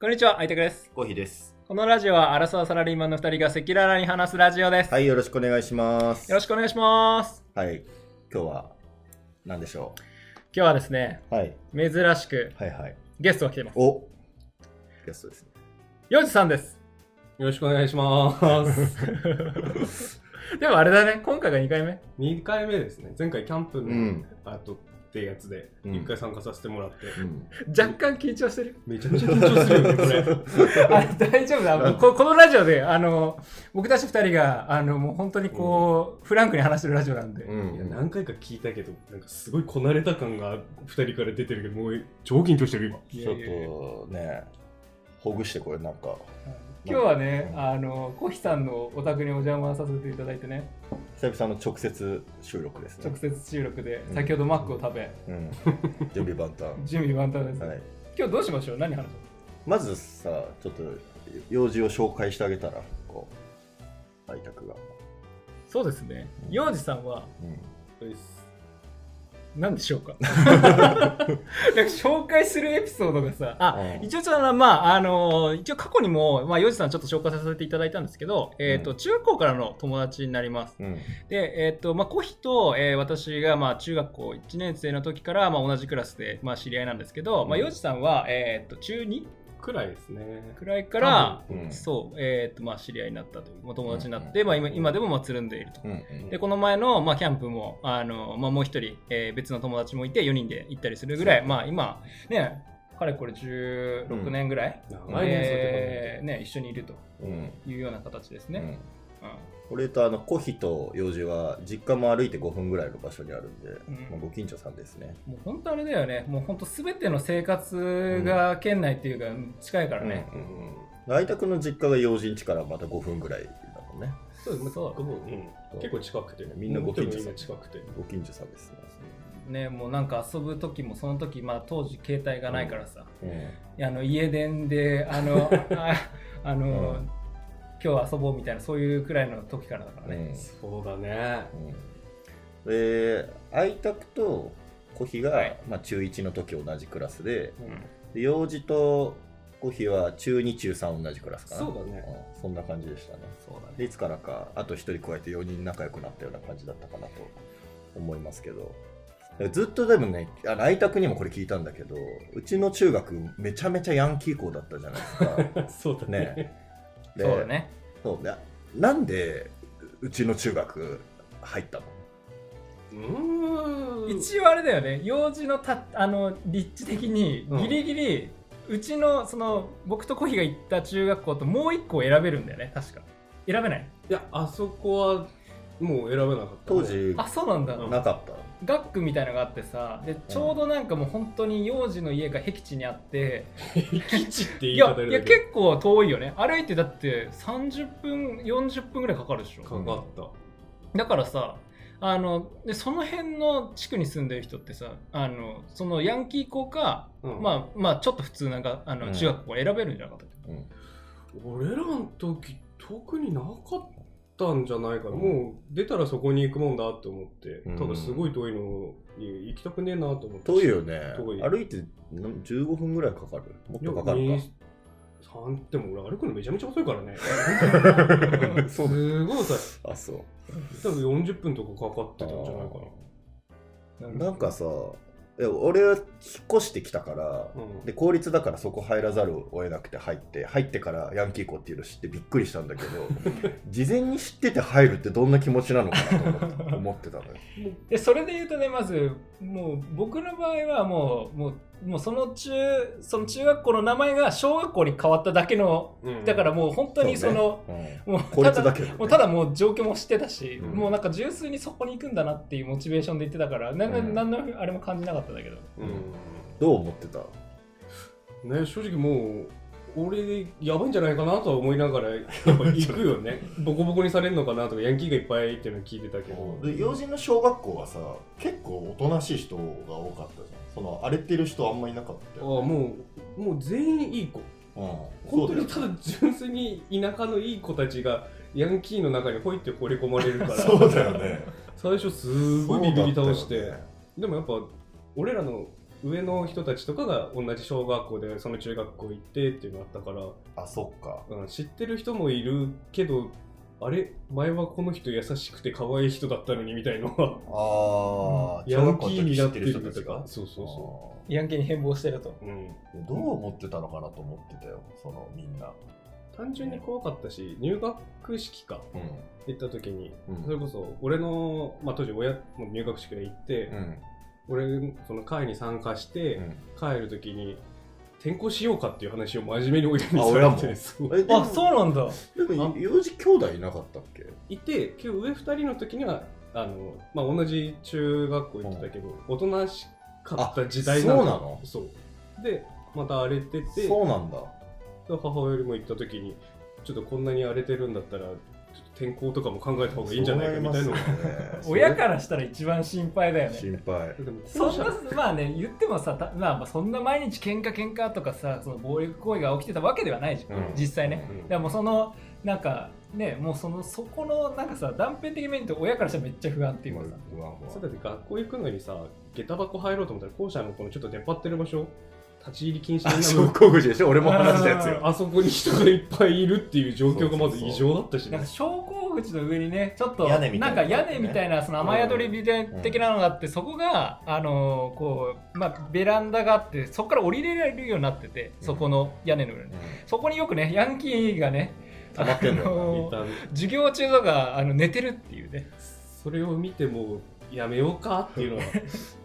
こんにちは、あいたくです。コーヒーです。このラジオは、アラサーサラリーマンの二人が赤裸々に話すラジオです。はい、よろしくお願いします。よろしくお願いします。はい、今日は何でしょ今日はですね、う。はい、珍しくはいはい。ゲストが来てます。お、ゲストですね。ヨジさんです。よろしくお願いします。 でもあれだね、今回が2回目。 2回目ですね。前回キャンプうのん、あとってやつで、うん1回参加させてもらって、うん、若干緊張してる。めちゃめちゃ緊張するよね、これ。あれ大丈夫だもう こ。このラジオで、あの、僕たち二人が、あの、もう本当にこう、フランクに話してるラジオなんで。うんいや何回か聞いたけど、なんかすごいこなれた感が2人から出てるけど、もう超緊張してる、今。いちやょいやいやっとね、ほぐしてこれなんか。今日はね、あの、コヒさんのお宅にお邪魔させていただいてね、久々の直接収録ですね。直接収録で、先ほどマックを食べ、うん、準備万端。準備万端です。はい。今日どうしましょう何話そうまずさ、ちょっと用事を紹介してあげたら、こう、愛宅が。そうですね。ヨウジさんはうん、何でしょう かなんか紹介するエピソードがさ、あ、うん一応ちょっとまあ、あのー一応過去にも、まあ、ヨウジさんちょっと紹介させていただいたんですけど、えっ、と、う中学校からの友達になります。うん、で、えっ、と、まあ、コヒと、えー私が、まあ、中学校1年生の時から、まあ、同じクラスで、まあ、知り合いなんですけど、まあ、うんヨウジさんは、えっ、と、中2くらいですね。くらいから、うん、そう、えっ、と、まあ、知り合いになったという、まあ、友達になって、まあ、今、今でも、まあ、つるんでいると。うん、でこの前の、まあ、キャンプもあの、まあ、もう一人、えー別の友達もいて4人で行ったりするぐらい、そまあ、今ねかれこれ16年ぐらい、長いね、えーね、一緒にいるとうん、うん、いうような形ですうね、ん。う俺とあのコヒと用事は実家も歩いて5分ぐらいの場所にあるんで、んまあご近所さんですね。んもう本当あれだよねもう本当全ての生活が県内っていうか近いからね、うんうんうん。愛宅の実家が用事ん家からまた5分ぐらいだもんね。そうですね、そう僕もうん結構近くて、みんなご近所さん僕とも今近くて。ご近所さんですね。ねもうなんか遊ぶ時もその時、まあ、当時携帯がないからさ、うあの家電であのああの、うん今日遊ぼうみたいなそういうくらいの時からだからね、んそうだね。うん。で、愛宅とコヒが、はいまあ、中1の時同じクラスで、うんで用事とコヒは中2、中3同じクラスかな。そうだね。うんそんな感じでしたね。そうだねでいつからかあと1人加えて4人仲良くなったような感じだったかなと思いますけどずっとでもねあの愛宅にもこれ聞いたんだけどうちの中学めちゃめちゃヤンキー校だったじゃないですか そう だねね。でそうだね。そうななんでうちの中学入ったのうーん。一応あれだよね、用事のたあの立地的にうんギリギリ、うちのその僕とコヒが行った中学校ともう一個選べるんだよね、確か。選べない。いや、あそこはもう選べなかった、当、時あ、そうなんだ。うんなかった学区みたいのがあってさ、でちょうどなんかもう本当に幼児の家が僻地にあって、 基地って言いいや方で。いや結構遠いよね。歩いてだって30分40分ぐらいかかるでしょ。かかった。だからさあのでその辺の地区に住んでる人ってさあのそのヤンキー校か、うんまあまあちょっと普通なんかあうのん中学校を選べるんじゃなかったっけ、うん俺らの時、特になかったんじゃないかな。うんもう出たらそこに行くもんだって思って、うんただすごい遠いのに行きたくねえなと思って。遠いよね遠い歩いてな15分ぐらいかかるもっいや。とかかるか。3でも俺歩くのめちゃめちゃ遅いからね そうだすごい遅い。あそう多分40分とかかかってたんじゃないかな。なんかさえ俺は引っ越してきたから、うんで公立だからそこ入らざるを得なくて入って入ってからヤンキー校っていうの知ってびっくりしたん だけど事前に知ってて入るってどんな気持ちなのかなと思って 思ってたのよ、でそれで言うとねまずもう僕の場合はもうもうもうその中その中学校の名前が小学校に変わっただけのうんだからもう本当にそのもう公た立だけどね、もうただもう状況も知ってたし、うんもうなんか純粋にそこに行くんだなっていうモチベーションで言ってたから何、うんなん、何のあれも感じなかったんだけどうんどう思ってたね、正直もう俺やばいんじゃないかなとは思いながらやっぱ行くよ ねボコボコにされるのかなとかヤンキーがいっぱいっていうのは聞いてたけどで要人の小学校はさ結構おとなしい人が多かったじゃんその荒れてる人あんまいなかったああよ、もうもう全員いい子うん、本当そうだよにただ純粋に田舎のいい子たちがヤンキーの中にほいって惚れ込まれるから そうだよね最初すごいビビり倒しそうて、だったよねでもやっぱ俺らの上の人たちとかが同じ小学校でその中学校行ってっていうのあったから、あそっかうん、知ってる人もいるけどあれ前はこの人優しくて可愛い人だったのにみたいの はああ、ヤンキーになってる小学校の時知ってる人たとちがかそうそうそヤンキーに変貌してると。う、うん、あーどう思ってたのかなと思ってたよそのみんな単純に怖かったし入学式かうん行った時に、うんそれこそ俺の、まあ、当時親も入学式で行って、うん俺その会に参加して、うん帰る時に転校しようかっていう話を真面目に親にあされ親てもそうえでもあ、そうなんだ。でも幼児兄弟いなかったっけいて今日上2人の時にはあの、まあ、同じ中学校行ってたけど、おとなしかった時代そうなだのそうでまた荒れててそうなんだ母親にも行った時にちょっとこんなに荒れてるんだったらちょっと転校とかも考えた方がいいんじゃないかみたいなのがそうなりますよね親からしたら一番心配だよね。心配でもそん校舎なまあね言ってもさた、まあ、まあそんな毎日喧嘩喧嘩とかさその暴力行為が起きてたわけではないじゃん、うん実際ね、うんでもうそのなんかねもうそのそこのなんかさ断片的に見ると親からしたらめっちゃ不安っていうかさ、不安そうだって学校行くのにさ下駄箱入ろうと思ったら校舎のこのちょっと出っ張ってる場所立ち入り禁止あにな小る国口でしょ俺も話したやつよあそこに人がいっぱいいるっていう状況がまず異常だったしなんかね昇降口の上にねちょっと屋根みたいんなか屋根みたいなその雨宿りみたい的なのがあって、そこがあのーこう、まあ、ベランダがあってそこから降りれられるようになっててそこの屋根の上に、そこによくねヤンキーがね溜まってんのよなあのーいた授業中とかあの寝てるっていうねそれを見てもうやめようかっていうの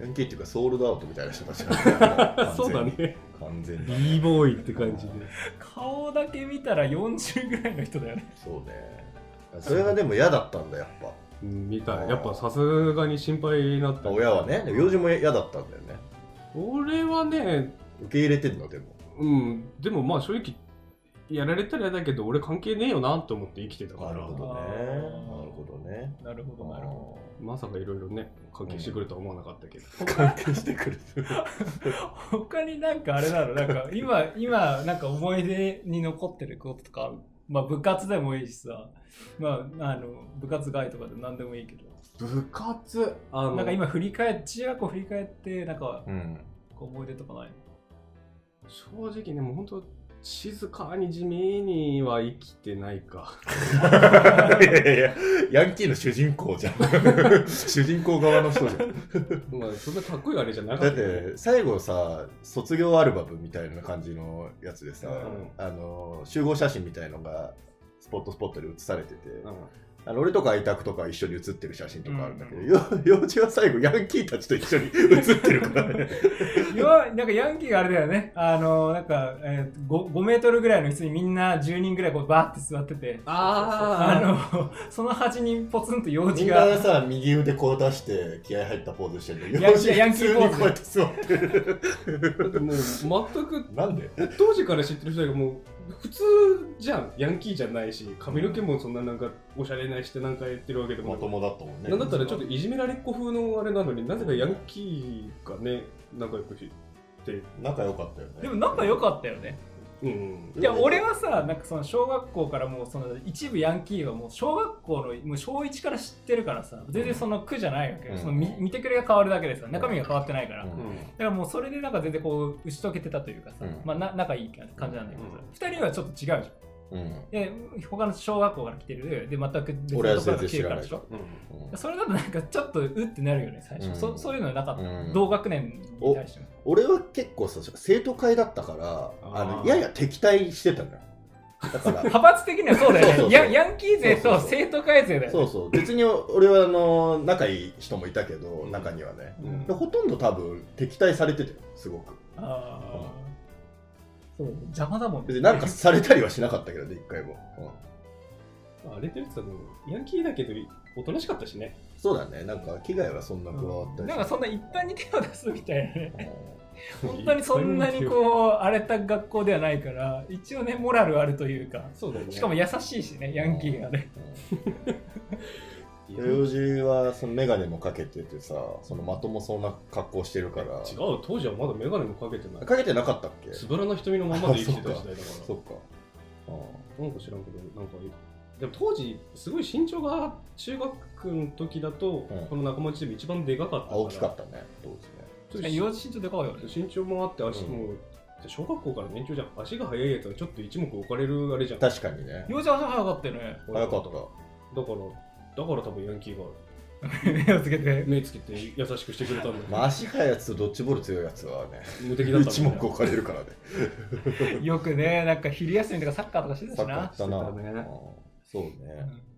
ヤンキーっていうかソールドアウトみたいな人たちなん だよはそうだね完全に b ボーイって感じで顔だけ見たら40ぐらいの人だよねそうねそれがでも嫌だったんだやっぱうん見たいやっぱさすがに心配になっまたあ親はねでも幼児も嫌だったんだよね俺はね受け入れてんのでもうんでもまあ正直やられたら嫌だけど俺関係ねえよなと思って生きてたからなるほどねあーなるほどねなるほどなるほまさかいろいろね関係してくるとは思わなかったけど、関係してくるど他になんかあれだろなんか今今なんか思い出に残ってることとかあるまあ部活でもいいしさまああの部活外とかで何でもいいけど部活あのなんか今振り返って中学校振り返ってなんかうん思い出とかない正直ねもう本当静かに地味には生きてないかいやいやいやヤンキーの主人公じゃん主人公側の人じゃん まあそんなかっこいいあれじゃなかだっったよて最後さ卒業アルバムみたいな感じのやつでさ、うんあの集合写真みたいのがスポットスポットで写されてて、うんあの俺とかイタクとか一緒に写ってる写真とかあるんだけど、よ幼稚は最後ヤンキーたちと一緒に写ってるからねいやなんかヤンキーがあれだよねあのなんか、え 5, メートルぐらいの椅子にみんな10人ぐらいこうバーって座っててああのその端にポツンと用みん事がなさ右腕こう出して気合入ったポーズしてるヤン幼児ヤン普キー通ポーズにこうやって座ってるあもう全くなんで当時から知ってる人がもう普通じゃんヤンキーじゃないし髪の毛もそんななんかおしゃれないしてなんかやってるわけでもまなとくもだったもんねなんだったらちょっといじめられっ子風のあれなのになぜかヤンキーがね仲良くして仲良かったよねでも仲良かったよね。うんいや俺はさなんかその小学校からもうその一部ヤンキーはもう小学校のもう小1から知ってるからさ全然その苦じゃないわけよ、うんその見見てくれが変わるだけでさ中身が変わってないから、うんだうんからもうそれでなんか全然こう打ち解けてたというかさ、うんまあな仲いい感じなんだけどさ、うん二2人はちょっと違うじゃんうん、うんで他の小学校から来てるで全く別俺はのところか全ら然来て知るかららなでいしょうんそれだとなんかちょっとうってなるよね最初、うんそそういうのはなかった、うん同学年に対しても俺は結構さ生徒会だったからああのーやや敵対してたのよだから 派閥的にはそうだよねそうそうそうヤンヤンキー勢そとうそうそう生徒会勢だよねそうそう別に俺はあの仲いい人もいたけどうん中にはねうんでほとんど多分敵対されてたよすごくあーそう邪魔だもん別になんかされたりはしなかったけどね一回も、うんあれって言ってたのヤンキーだけどおとなしかったしねそうだねなんか危害はそんな加わったりなんかそんな一般に手を出すみたいな ねうん本当にそんなにこう荒れた学校ではないから一応ねモラルあるというかそうだよねしかも優しいしねヤンキーがねいや違う用事はその眼鏡もかけててさそのまともそうな格好してるから当時はまだ眼鏡もかけてないかけてなかったっけつぶらな瞳のままで生きてた時代だかそっからなんか知らんけどなんかいいでも当時すごい身長が中学の時だと、うんこの仲間内でも一番でかかったあから大きかったね当時ねそうえ幼児身長でかいよね。身長もあって足も、小学校から年長じゃん足が速いやつはちょっと一目置かれるあれじゃん確かにね。幼児足早かったよね。早かった。だからだから多分ヤンキーが目をつけて。目つけて優しくしてくれたんだよ、まあ、足速いやつとドッジボール強いやつはね、無敵だった一目置かれるからね。よくね、なんか昼休みとかサッカーとかしてたサしッカーやなっ。たな。してたねうんそうね。